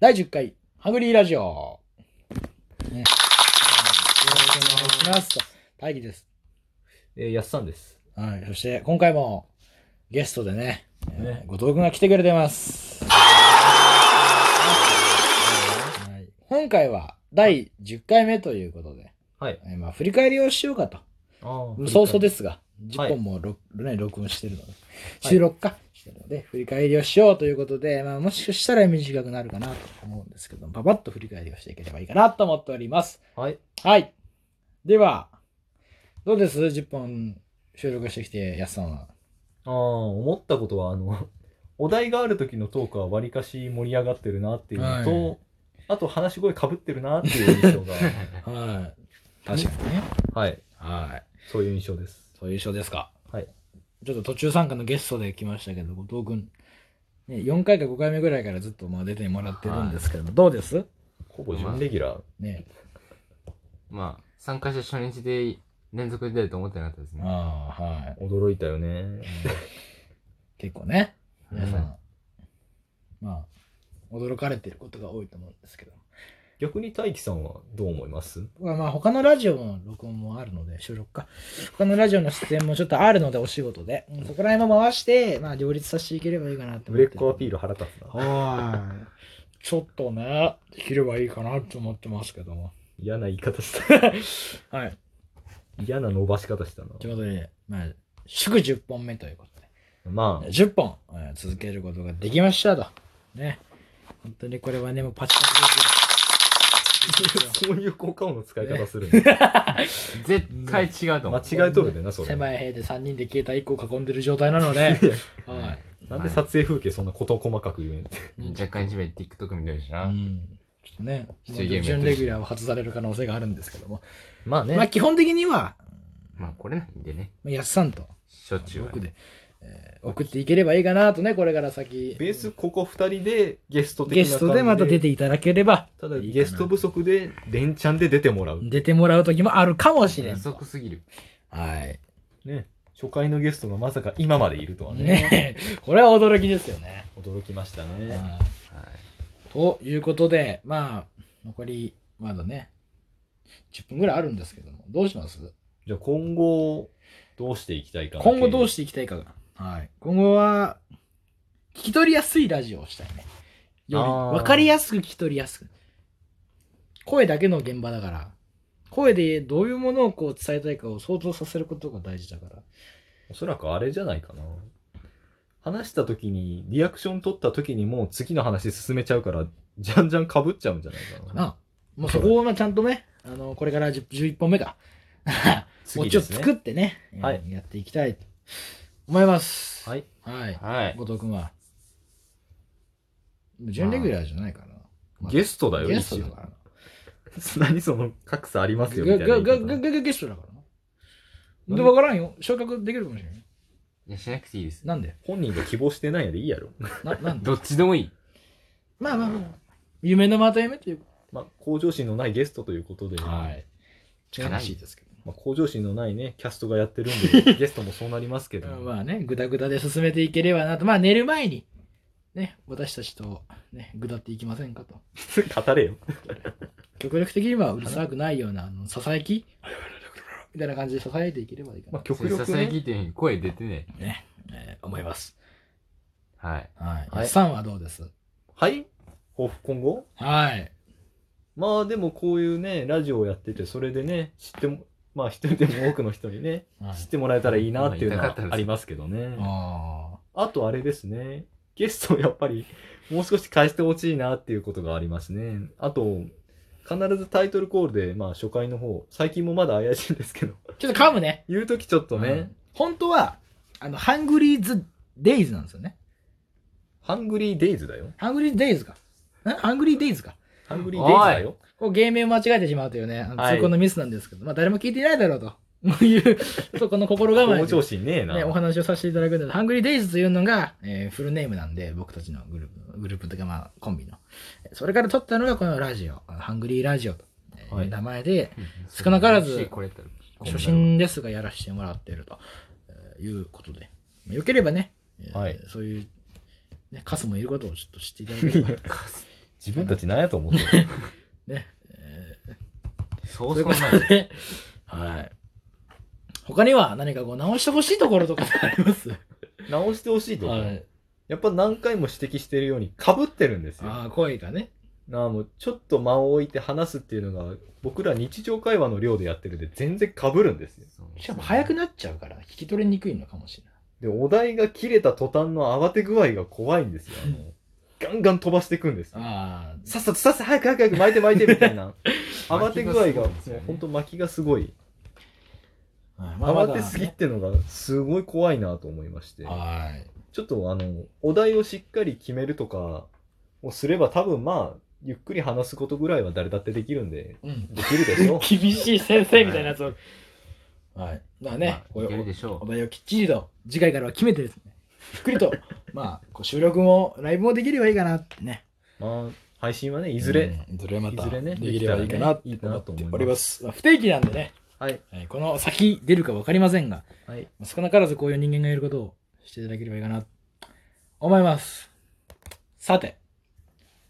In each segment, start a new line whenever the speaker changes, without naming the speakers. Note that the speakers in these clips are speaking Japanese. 第10回、ハグリーラジオ。ね、よろしくお願いします。と大義です。
えー、やっさんです。
はい。そして、今回も、ゲストでね、
ね
後藤くんが来てくれてます。はい、今回は、第10回目ということで、
はい。
えーまあ、振り返りをしようかと。
あ。
そうそうですすが、
は
10
い
本も録、ね、録音してるので、収録か、してるので、振り返りをしようということで、まあ、もしかしたら短くなるかなと思うんですけど、パパッと振り返りをしていければいいかなと思っております。
はい。
はい。では、どうです ?10 本収録してきて、やすさんは。
ああ、思ったことは、あの、 お題がある時のトークはわりかし盛り上がってるなっていうの
は
と、
い
あと話し声かぶってるなっていう印象 が、
はい。確かにね。
はい。
はい。
そういう印象です。
そういう印象ですか。
はい。
ちょっと途中参加のゲストで来ましたけど、後藤くん。ね、4回か5回目ぐらいからずっとまあ出てもらってるんですけど、どうです
ほぼ準レギュラー。
ね。
まあ、参加した初日で連続で出ると思ってなかったですね。
ああ、はい。
驚いたよね。
結構ね、
うん
皆さん、まあ、驚かれてることが多いと思うんですけど。
逆に大輝さんはどう思います
まあまあ、他のラジオの録音もあるので、収録か。他のラジオの出演もちょっとあるので、お仕事で。うんそこら辺も回して、まあ、両立させていければいいかなって
売れっ子アピー
ル。
ル腹立つな。
はい。ちょっとね、できればいいかなと思ってますけども。
嫌な言い方した。
はい。
嫌な伸ばし方したな。
ということで、まあ、祝10本目ということで。
ま あ、
10本、えー続けることができましたと。ね。本当にこれはね、もうパチパチですよ。
そういう効果音の使い方するん だ
絶対違うと思う。
間違えとるでな、それ。
狭い部屋で3人で携帯1個囲んでる状態なので、
いや
は
なんで撮影風景そんなこと細かく言えんって。
い。
若干一面 TikTok 見てるし
う
な。
んちょっとね、
一人ゲームやってる
準レ
し
ギュラーを外される可能性があるんですけども、
まあね。
まあ基本的には、
まあ、これなんでね。
まあやっさんと
しょっちゅうは
僕。で、えー送っていければいいかなとね、これから先、
ベースここ2人でゲスト的な
ゲストでまた出
て
ていただければ、
ただゲスト不足で連チャンで出てもらう、
出てもらう時もあるかもしれん
不
と。
足すぎる。
はい。
ね、初回のゲストがまさか今までいるとはね
ね これは驚きですよね。
驚きましたね
はい
はい。
ということで、まあ、残り、まだね、10分ぐらいあるんですけども、どうします
じゃあ今後どうしていきたいか
今後どう
し
していきたいかが。はい。今後は、聞き取りやすいラジオをしたいね。より、
あー
わかりやすく聞き取りやすく。声だけの現場だから、声でどういうものをこう伝えたいかを想像させることが大事だから。
おそらくあれじゃないかな話した時にリアクション取った時にもう次の話進めちゃうからじゃんじゃんかぶっちゃうんじゃないかな
なあもうそこをまあちゃんとね、あの、これから10 11本目か。もう
次
ち
で
ょっ
す
と
ね
作ってね、
はい
うんやっていきたいと思います。
はい。
はい。
はい。
後藤君は準レギュラーじゃないかな。
ゲストだよ
ゲストだからな。
一応 何その格差ありますよみ
ゲ
たいな言
ゲ
い方
ゲゲゲゲゲストだからな。
なん
で、
で
わからんよ。昇格できるかもしれない。
いや、しなくていいです。
なんで
本人が希望してないのでいいやろ
な、なんで
どっちでもいい。
まあまあまあ。夢のまた夢という。
まあ、向上心のないゲストということで、
はい。
かない
しいですけ
まあ、向上心のないね、キャストがやってるん で、ゲストもそうなりますけど
ど。、まあね、ぐだぐだで進めていければなと。まあ寝る前に、ね、私たちと、ね、ぐだっていきませんかと。
語れよ。
極力的にはうるさくないような、あの、ささやきみたいな感じでささやいていければいいか
ま
な
あ、。極
さ
力、
さやき
ね、
っていうふうに声出てね。
えー思います。
はい。
はい。
はい
さんはどうです
はい抱負今後
はい。
まあ、でもこういうね、ラジオをやってて、それでね、知っても、まあ、一人でも多くの人にね、知ってもらえたらいいなっていうのはありますけどね。
あ
あと、あれですね、ゲストをやっぱり、もう少し返してほしいなっていうことがありますね。あと、必ずタイトルコールで、まあ、初回の方、最近もまだ怪しいんですけど、
あ。ちょっと噛むね。
言うときちょっとね、
うん本当は、あの、ハングリーズ・デイズなんですよね。
ハングリーデイズだよ。
ハングリーズ・デイズか。んハングリー・デイズか。
ハングリーデイズだよ。
こう、芸名を間違えてしまうというね、あの
はい
痛恨のミスなんですけど、まあ、誰も聞いていないだろうと。こう いう、そこの心構えで
向上心ねえな。
ね、お話をさせていただくんですハングリーデイズというのが、えーフルネームなんで、僕たちのグループの、グループというかまあコンビの。それから撮ったのがこのラジオ、ハングリーラジオとえー
はい
名前で、少なからず
これやったら
初心ですがやらせてもらっているとえーいうことで、まあよければね、えー
はい
そういう、ね、カスもいることをちょっと知っていただければ。
カス自分たち何やと 思ってる
え
そ
ー
う
そうい
そうう
こ
ない
と。で、はい。他には何かこう直してほしいところとかってあります
直してほしいと、
はい。
やっぱ何回も指摘してるようにかぶってるんですよ
ああ、声がね。
なあもうちょっと間を置いて話すっていうのが僕ら日常会話の量でやってるんで全然かぶるんですよ
しかも早くなっちゃうから、聞き取りにくいのかもしれない。
でお題が切れた途端の慌て具合が怖いんですよあのガンガン飛ばしていくんですよ
ああ、
さっさとさっさと早く早く早く巻いて巻いてみた いな慌て具合
巻きがすご
が
いですよね
もうほんと巻きがすごい
はいまあまだ
慌てすぎってのがすごい怖いなと思いまして
はい。
ちょっとあのお題をしっかり決めるとかをすれば多分まあゆっくり話すことぐらいは誰だってできるんで
うん。
できるでしょ
厳しい先生みたいなやつを。はい。まあね、
まあいけるでし
お
ょ
題をきっちりと次回からは決めてですね、ゆっくり と、まあ、こう収録もライブもできればいいかなってね。
まあ配信はねいずれ、
うんいずれまた
いずれね
できればいいかなって
できた
思って
らねいいかなと思います
おります。まあ不定期なんでね、
はい
えーこの先出るか分かりませんが、
はい
まあ少なからずこういう人間がいることをしていただければいいかなと思います。さて、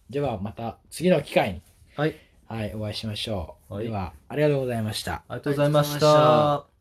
ではまた次の機会に、
はい
はい、お会いしましょう。
はい
では、ありがとうございました。
ありがとうございまし
ありがとうございま
た
し